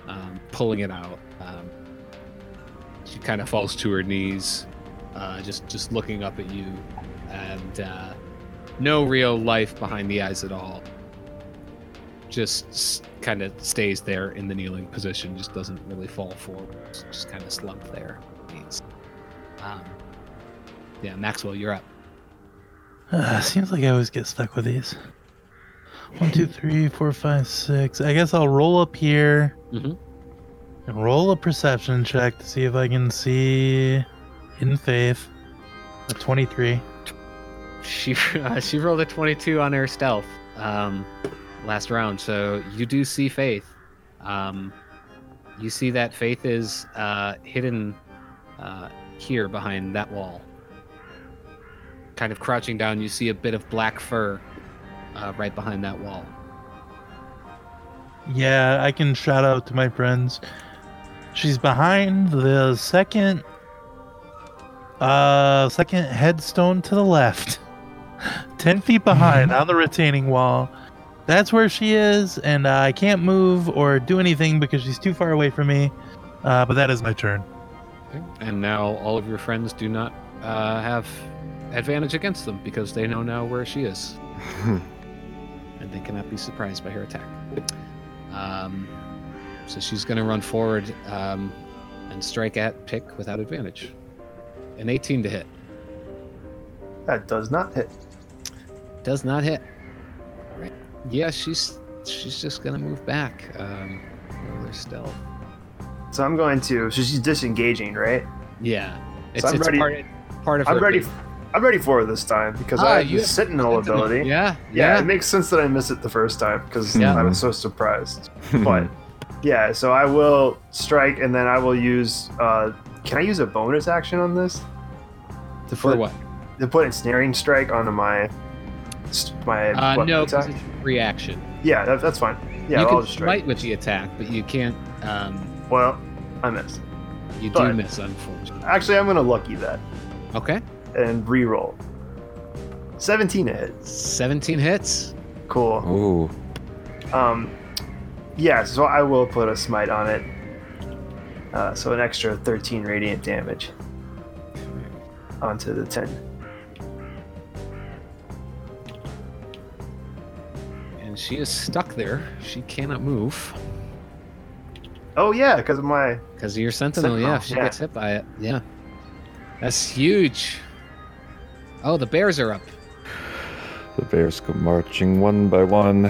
um, pulling it out. Um, she kind of falls to her knees, uh, just just looking up at you, and uh, no real life behind the eyes at all. Just s- kind of stays there in the kneeling position. Just doesn't really fall forward. Just kind of slumped there. Um, yeah, Maxwell, you're up.
Uh, seems like I always get stuck with these. One, two, three, four, five, six. I guess I'll roll up here
Mhm.
and roll a perception check to see if I can see Hidden Faith. A 23.
She [LAUGHS] uh, she rolled a 22 on her stealth um, last round, so you do see Faith. Um, you see that Faith is uh, hidden uh, here behind that wall. Kind of crouching down, you see a bit of black fur uh, right behind that wall.
Yeah, I can shout out to my friends. She's behind the second uh second headstone to the left. [LAUGHS] Ten feet behind on the retaining wall. That's where she is, and uh, I can't move or do anything because she's too far away from me. Uh, but that is my turn.
And now all of your friends do not uh, have advantage against them because they know now where she
[LAUGHS]
is. and they cannot be surprised by her attack. Um, so she's going to run forward um, and strike at Pick without advantage. An 18 to hit.
That does not hit.
Does not hit. All right. Yeah, she's she's just going to move back. Um, roll her stealth.
So I'm going to. So she's disengaging, right?
Yeah. It's,
I'm
it's
ready-
part, part of her
I'm ready.
thing.
I'm ready for her this time because
Ah,
I have
you
the
have
Sentinel ability.
Yeah.
yeah,
Yeah.
it makes sense that I missed it the first time because
Yeah.
I was so surprised.
Mm-hmm.
But yeah, so I will strike and then I will use. Uh, can I use a bonus action on this? To
For
put,
what?
To put ensnaring strike onto my my
Uh,
weapon
no, 'cause
attack.
it's reaction.
Yeah, that, that's fine. Yeah,
you
I'll
can
just strike.
smite with the attack, but you can't. Um,
Well, I missed.
you do
But-
miss, unfortunately.
Actually, I'm gonna lucky that
Okay,
and re-roll. 17 to hit.
seventeen hits.
Cool.
Ooh.
Um, yeah, so I will put a smite on it. Uh, so an extra 13 radiant damage onto the 10.
And she is stuck there. She cannot move
Oh, yeah, because of my.
because of your sentinel.
Sentinel,
yeah, if she
yeah.
gets hit by it. Yeah. That's huge. Oh, the bears are up.
The bears go marching one by one,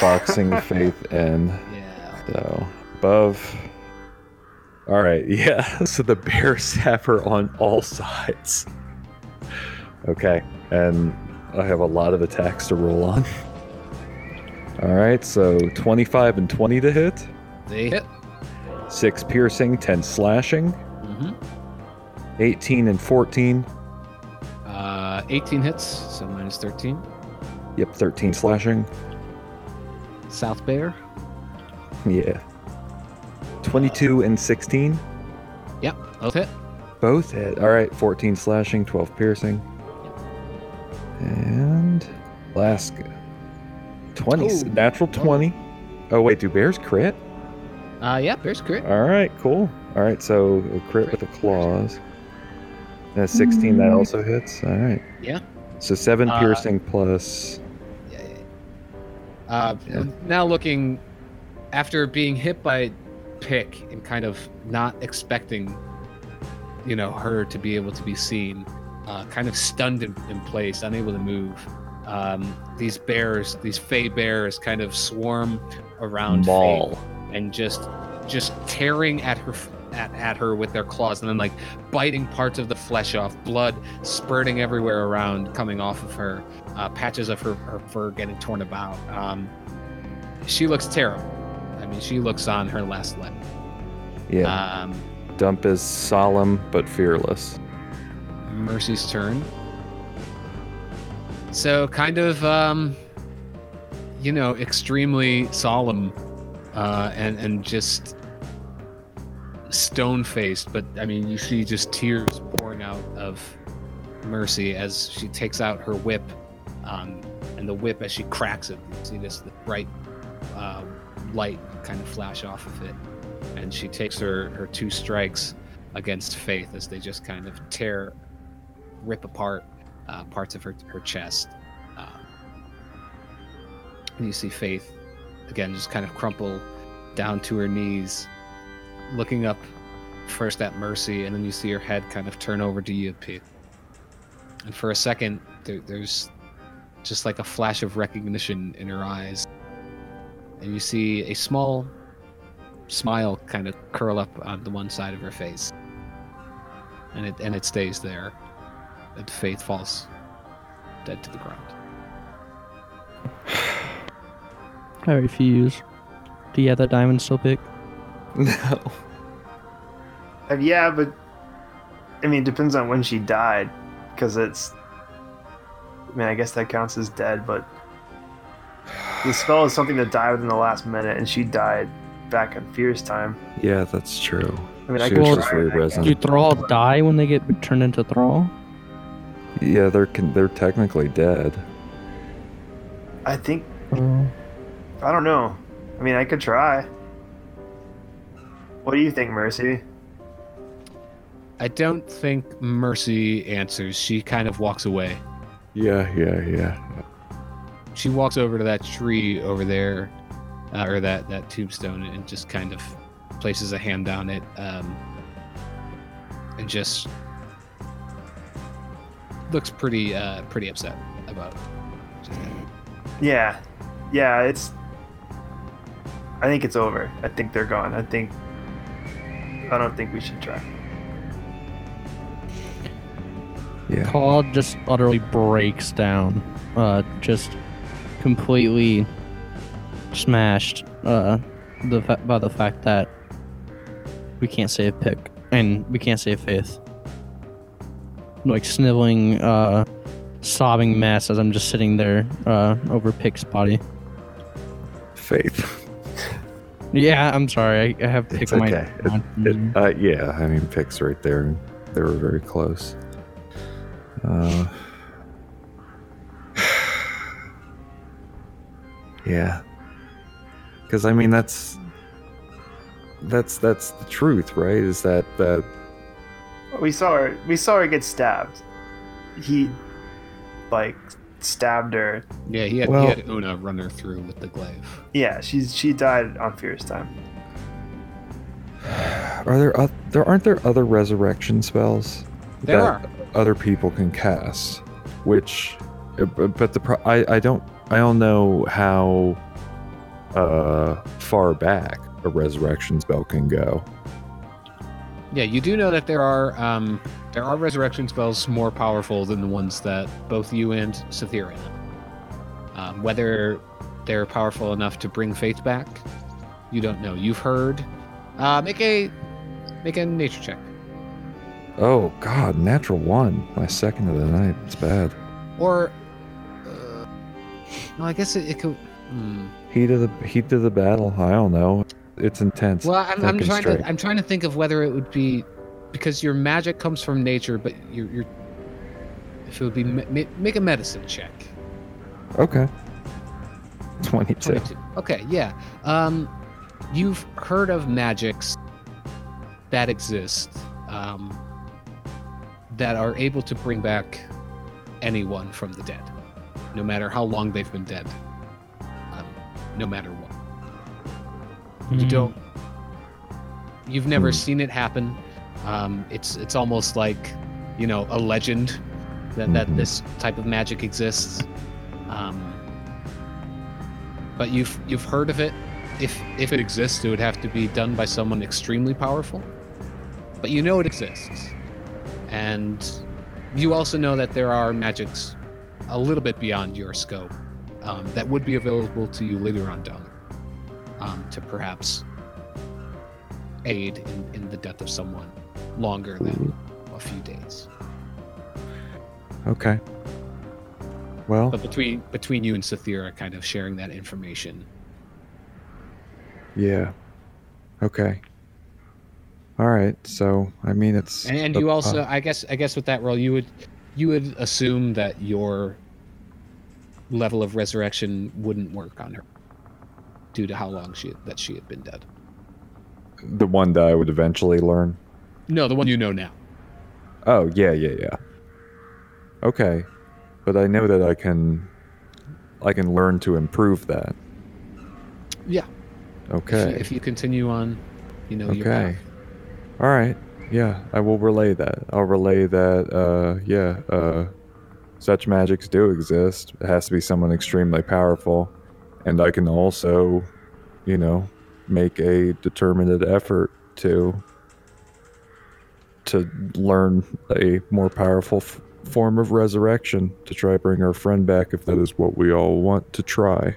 boxing Faith in.
Yeah.
So above. All right, [LAUGHS] yeah. So the bears have her on all sides. Okay, and I have a lot of attacks to roll on. [LAUGHS] All right, so 25 and 20 to hit,
They hit.
6 piercing, 10 slashing,
hmm
18 and 14.
Uh, 18 hits, so minus 13.
Yep, 13 slashing. [LAUGHS]
South bear.
Yeah. 22 and 16.
Both hit.
Both hit. All right, 14 slashing, 12 piercing. And Alaska. 20.
Oh.
Natural 20. Oh, wait, do bears crit?
Uh, yeah, bears crit.
All right, cool. All right, so a crit with the claws. And a 16, that also hits. All right.
Yeah.
So 7
Uh,
piercing plus.
Yeah, yeah, yeah. Uh,
Yeah.
Now looking, after being hit by Pick and kind of not expecting, you know, her to be able to be seen, uh, kind of stunned in, in place, unable to move. Um, these bears, these fey bears, kind of swarm around Faye
Maul.
and just just tearing at her at, at her with their claws and then like biting parts of the flesh off blood spurting everywhere around coming off of her uh, patches of her, her fur getting torn about um, she looks terrible i mean she looks on her last leg
Yeah.
um,
Dump is solemn but fearless.
mercy's turn so kind of um, you know extremely solemn uh, and and just stone faced but i mean you see just tears pouring out of mercy as she takes out her whip um, and the whip as she cracks it you see this the bright uh, light kind of flash off of it and she takes her her two strikes against faith as they just kind of tear rip apart uh, parts of her, her chest um, and you see faith again just kind of crumple down to her knees looking up first at mercy and then you see her head kind of turn over to you pete and for a second there, there's just like a flash of recognition in her eyes and you see a small smile kind of curl up on the one side of her face and it and it stays there and faith falls dead to the ground
I refuse. Do you have that diamond still pick?
No.
And yeah, but. I mean, it depends on when she died, because it's. I mean, I guess that counts as dead, but. The spell is something that died within the last minute, and she died back in Fear's time.
Yeah, that's true.
I mean, I
She
could
was
try
just very
it, I guess.
resin.
Do Thrall die when they get turned into Thrall?
Yeah, they're con- they're technically dead.
I think.
Oh.
I don't know. I mean, I could try. What do you think, Mercy?
I don't think Mercy answers. She kind of walks away.
Yeah, yeah, yeah.
She walks over to that tree over there, uh, or that, that tombstone, and just kind of places a hand down it um, and just looks pretty uh, pretty upset about it. Just that.
Yeah. Yeah, it's. I think it's over. I think they're gone. I think. I don't think we should try.
Yeah.
Call just utterly breaks down. Uh, just completely smashed. Uh, the fa- by the fact that we can't save pick and we can't save faith. Like sniveling, uh, sobbing mess as I'm just sitting there, uh, over pick's body.
Faith.
Yeah, I'm sorry. I, I have pick
It's
my.
okay. It- It, uh, yeah, I mean, Pick's right there. and They were very close. Uh, [SIGHS] yeah. Because, I mean, that's. that's that's the truth, right? Is that that
We saw her. We saw her get stabbed. He, like, stabbed her.
Yeah, he had,
Well-
he had Una run her through with the glaive.
Yeah, she's she died on Fierce Time.
are there oth- there aren't there other resurrection spells
There
that
are.
other people can cast, which uh, bu- but the pro- I I don't I don't know how uh far back a resurrection spell can go.
Yeah, you do know that there are um, there are resurrection spells more powerful than the ones that both you and Sathira know. Um, whether they're powerful enough to bring faith back, you don't know. You've heard. Uh, make a make a nature check
Oh God, natural one, my second of the night. It's bad.
or. Uh, no, I guess it, it could. Hmm.
Heat of the heat of the battle. I don't know. It's intense.
Well, I'm, I'm
Fucking
trying
straight.
to I'm trying to think of whether it would be because your magic comes from nature, but you're, you're if it would be me- ma- make a medicine check.
Okay. Twenty-two.
22. Okay, yeah. Um, you've heard of magics that exist um, that are able to bring back anyone from the dead, no matter how long they've been dead, um, no matter what. You don't. You've never
Hmm.
seen it happen. Um, it's it's almost like, you know, a legend that that
Mhm.
this type of magic exists. Um, but you've you've heard of it. If if it exists, it would have to be done by someone extremely powerful. But you know it exists, and you also know that there are magics a little bit beyond your scope um, that would be available to you later on down the um, to perhaps aid in, in the death of someone longer than a few days.
Okay. Well,
But between between you and Sathira, kind of sharing that information.
yeah. Okay. All right. So, I mean, it's.
And, and
uh,
you also, I guess, I guess with that role, you would you would assume that your level of resurrection wouldn't work on her due to how long she that she had been dead.
the one that I would eventually learn.
No, the one you know now.
Oh yeah, yeah, yeah. Okay, but I know that I can. I can learn to improve that.
Yeah. If you-
Okay.
If, you continue on, you know. Your
Okay.
path.
All right. Yeah, I will relay that. I'll relay that. Uh, yeah, uh, such magics do exist. It has to be someone extremely powerful, and I can also, you know, make a determined effort to to learn a more powerful f- form of resurrection to try to bring our friend back if that is what we all want to try.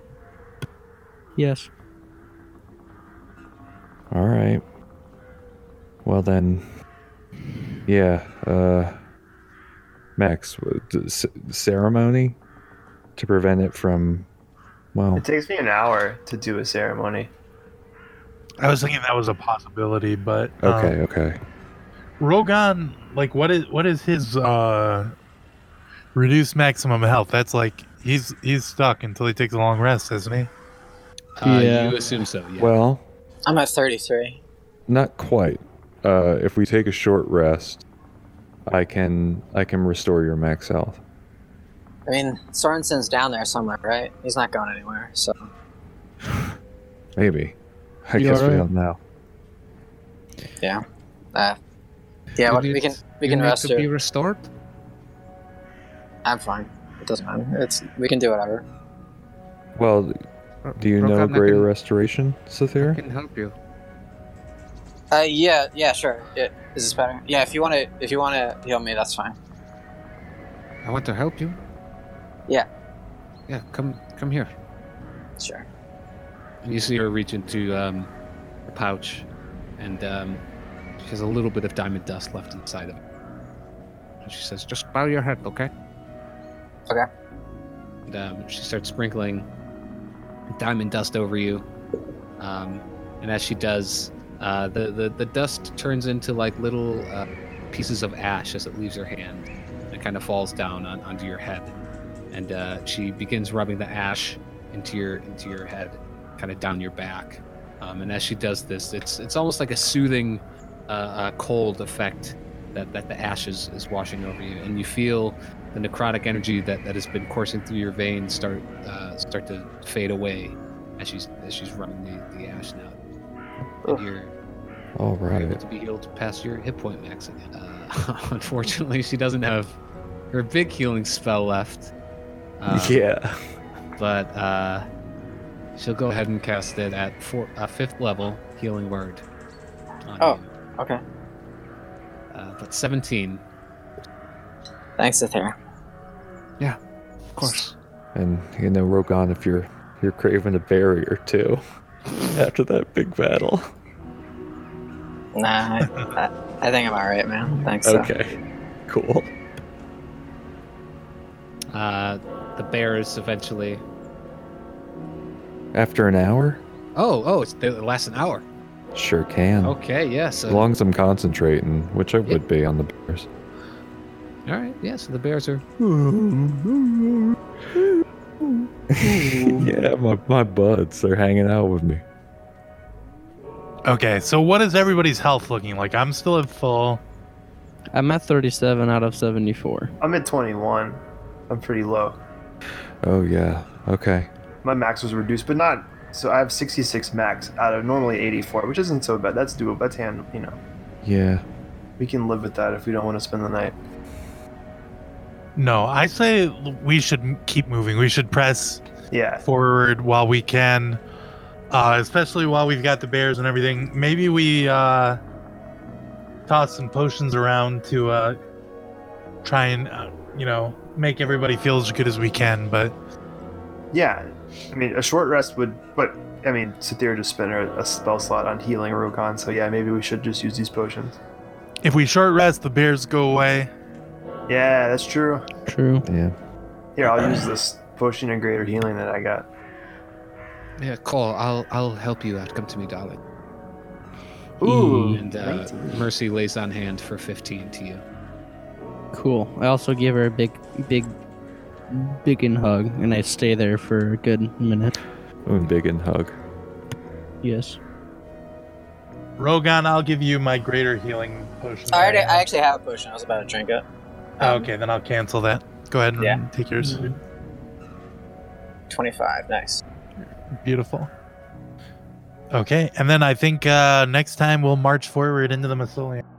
Yes.
All right. Well then. Yeah. Uh, Max, w- d- c- ceremony to prevent it from. Well,
It takes me an hour to do a ceremony.
I was thinking that was a possibility, but um,
okay, okay.
Rogan, like, what is what is his uh reduced maximum health? That's like he's he's stuck until he takes a long rest, isn't he?
Uh,
Yeah.
You assume so. Yeah.
Well,
I'm at 33.
not quite. Uh, if we take a short rest, I can I can restore your max health.
I mean, Sorensen's down there somewhere, right? He's not going anywhere, so.
Maybe. I
You
guess we
alright?
don't know.
Yeah,
You
what,
need-
we can we
You
can
need
rest
to be
her.
restored.
I'm fine. It doesn't matter. It's we can do whatever.
Well, do you know
Rokan, I
greater
can-
restoration,
I
Sathir?
can help you.
Uh, yeah, yeah, sure. Yeah, is this better? Yeah, if you want to, if you want to heal me, that's fine.
I want to help you.
Yeah.
Yeah, come come here.
Sure.
And you see her reach into um, a pouch, and um, she has a little bit of diamond dust left inside of it. And she says, "Just bow your head, okay?"
Okay.
And um, she starts sprinkling diamond dust over you, um, and as she does, uh, the, the the dust turns into like little uh, pieces of ash as it leaves her hand. It kind of falls down on, onto your head, and uh, she begins rubbing the ash into your into your head, kind of down your back, Um, and as she does this, it's it's almost like a soothing, uh, uh, cold effect that, that the ash is, is washing over you, and you feel the necrotic energy that, that has been coursing through your veins start uh, start to fade away as she's as she's running the, the ash now. And
Ugh.
you're
All
you're able
right.
to be healed past your hit point max again. Uh, [LAUGHS] unfortunately, she doesn't have her big healing spell
[LAUGHS]
left. Um,
yeah.
But uh, she'll go ahead and cast it at four, uh, fifth level healing word. on
Oh,
you.
okay.
Uh, but 17.
Thanks, Aether.
Of course.
And you know, Rogan, if you're you're craving a barrier too, [LAUGHS] after that big battle.
Nah, I, I, I think I'm alright, man. Thanks. though.
Okay. Cool.
Uh, the bear is eventually.
After an hour,
Oh, oh, it's, it lasts an hour.
sure can.
Okay, yeah. So,
As long as I'm concentrating, which I
Yeah.
would be on the bears.
all right, yeah, so the bears are.
[LAUGHS] yeah, my, my buds, they're hanging out with me.
Okay, so what is everybody's health looking like? I'm still at full.
I'm at 37 out of 74.
I'm at 21. I'm pretty low.
Oh yeah. Okay.
My max was reduced, but not. So I have 66 max out of normally 84, which isn't so bad. That's doable. That's hand, you know.
Yeah.
We can live with that if we don't want to spend the night.
No, I say we should m- keep moving. We should press
Yeah.
forward while we can, uh, especially while we've got the bears and everything. Maybe we uh, toss some potions around to uh, try and, uh, you know, make everybody feel as good as we can. But
Yeah. I mean, a short rest would, but I mean, Sathira just spent her a spell slot on healing Rokan, so yeah, maybe we should just use these potions.
if we short rest, the bears go away.
Yeah, that's true.
True.
Yeah.
Here, I'll use this potion of greater healing that I got.
Yeah, call. I'll I'll help you out. Come to me, darling.
Ooh.
And uh, Mercy lays on hand for 15 to you.
Cool. I also give her a big, big, big and hug, and I stay there for a good minute.
I'm big and hug.
Yes.
Rogan, I'll give you my greater healing potion.
I already,
that I
I
have.
actually have a potion. I was about to drink it.
Oh, okay, then I'll cancel that. Go ahead and
Yeah.
take yours.
Twenty-five. Nice.
Beautiful. Okay, and then I think uh, next time we'll march forward into the Masolian.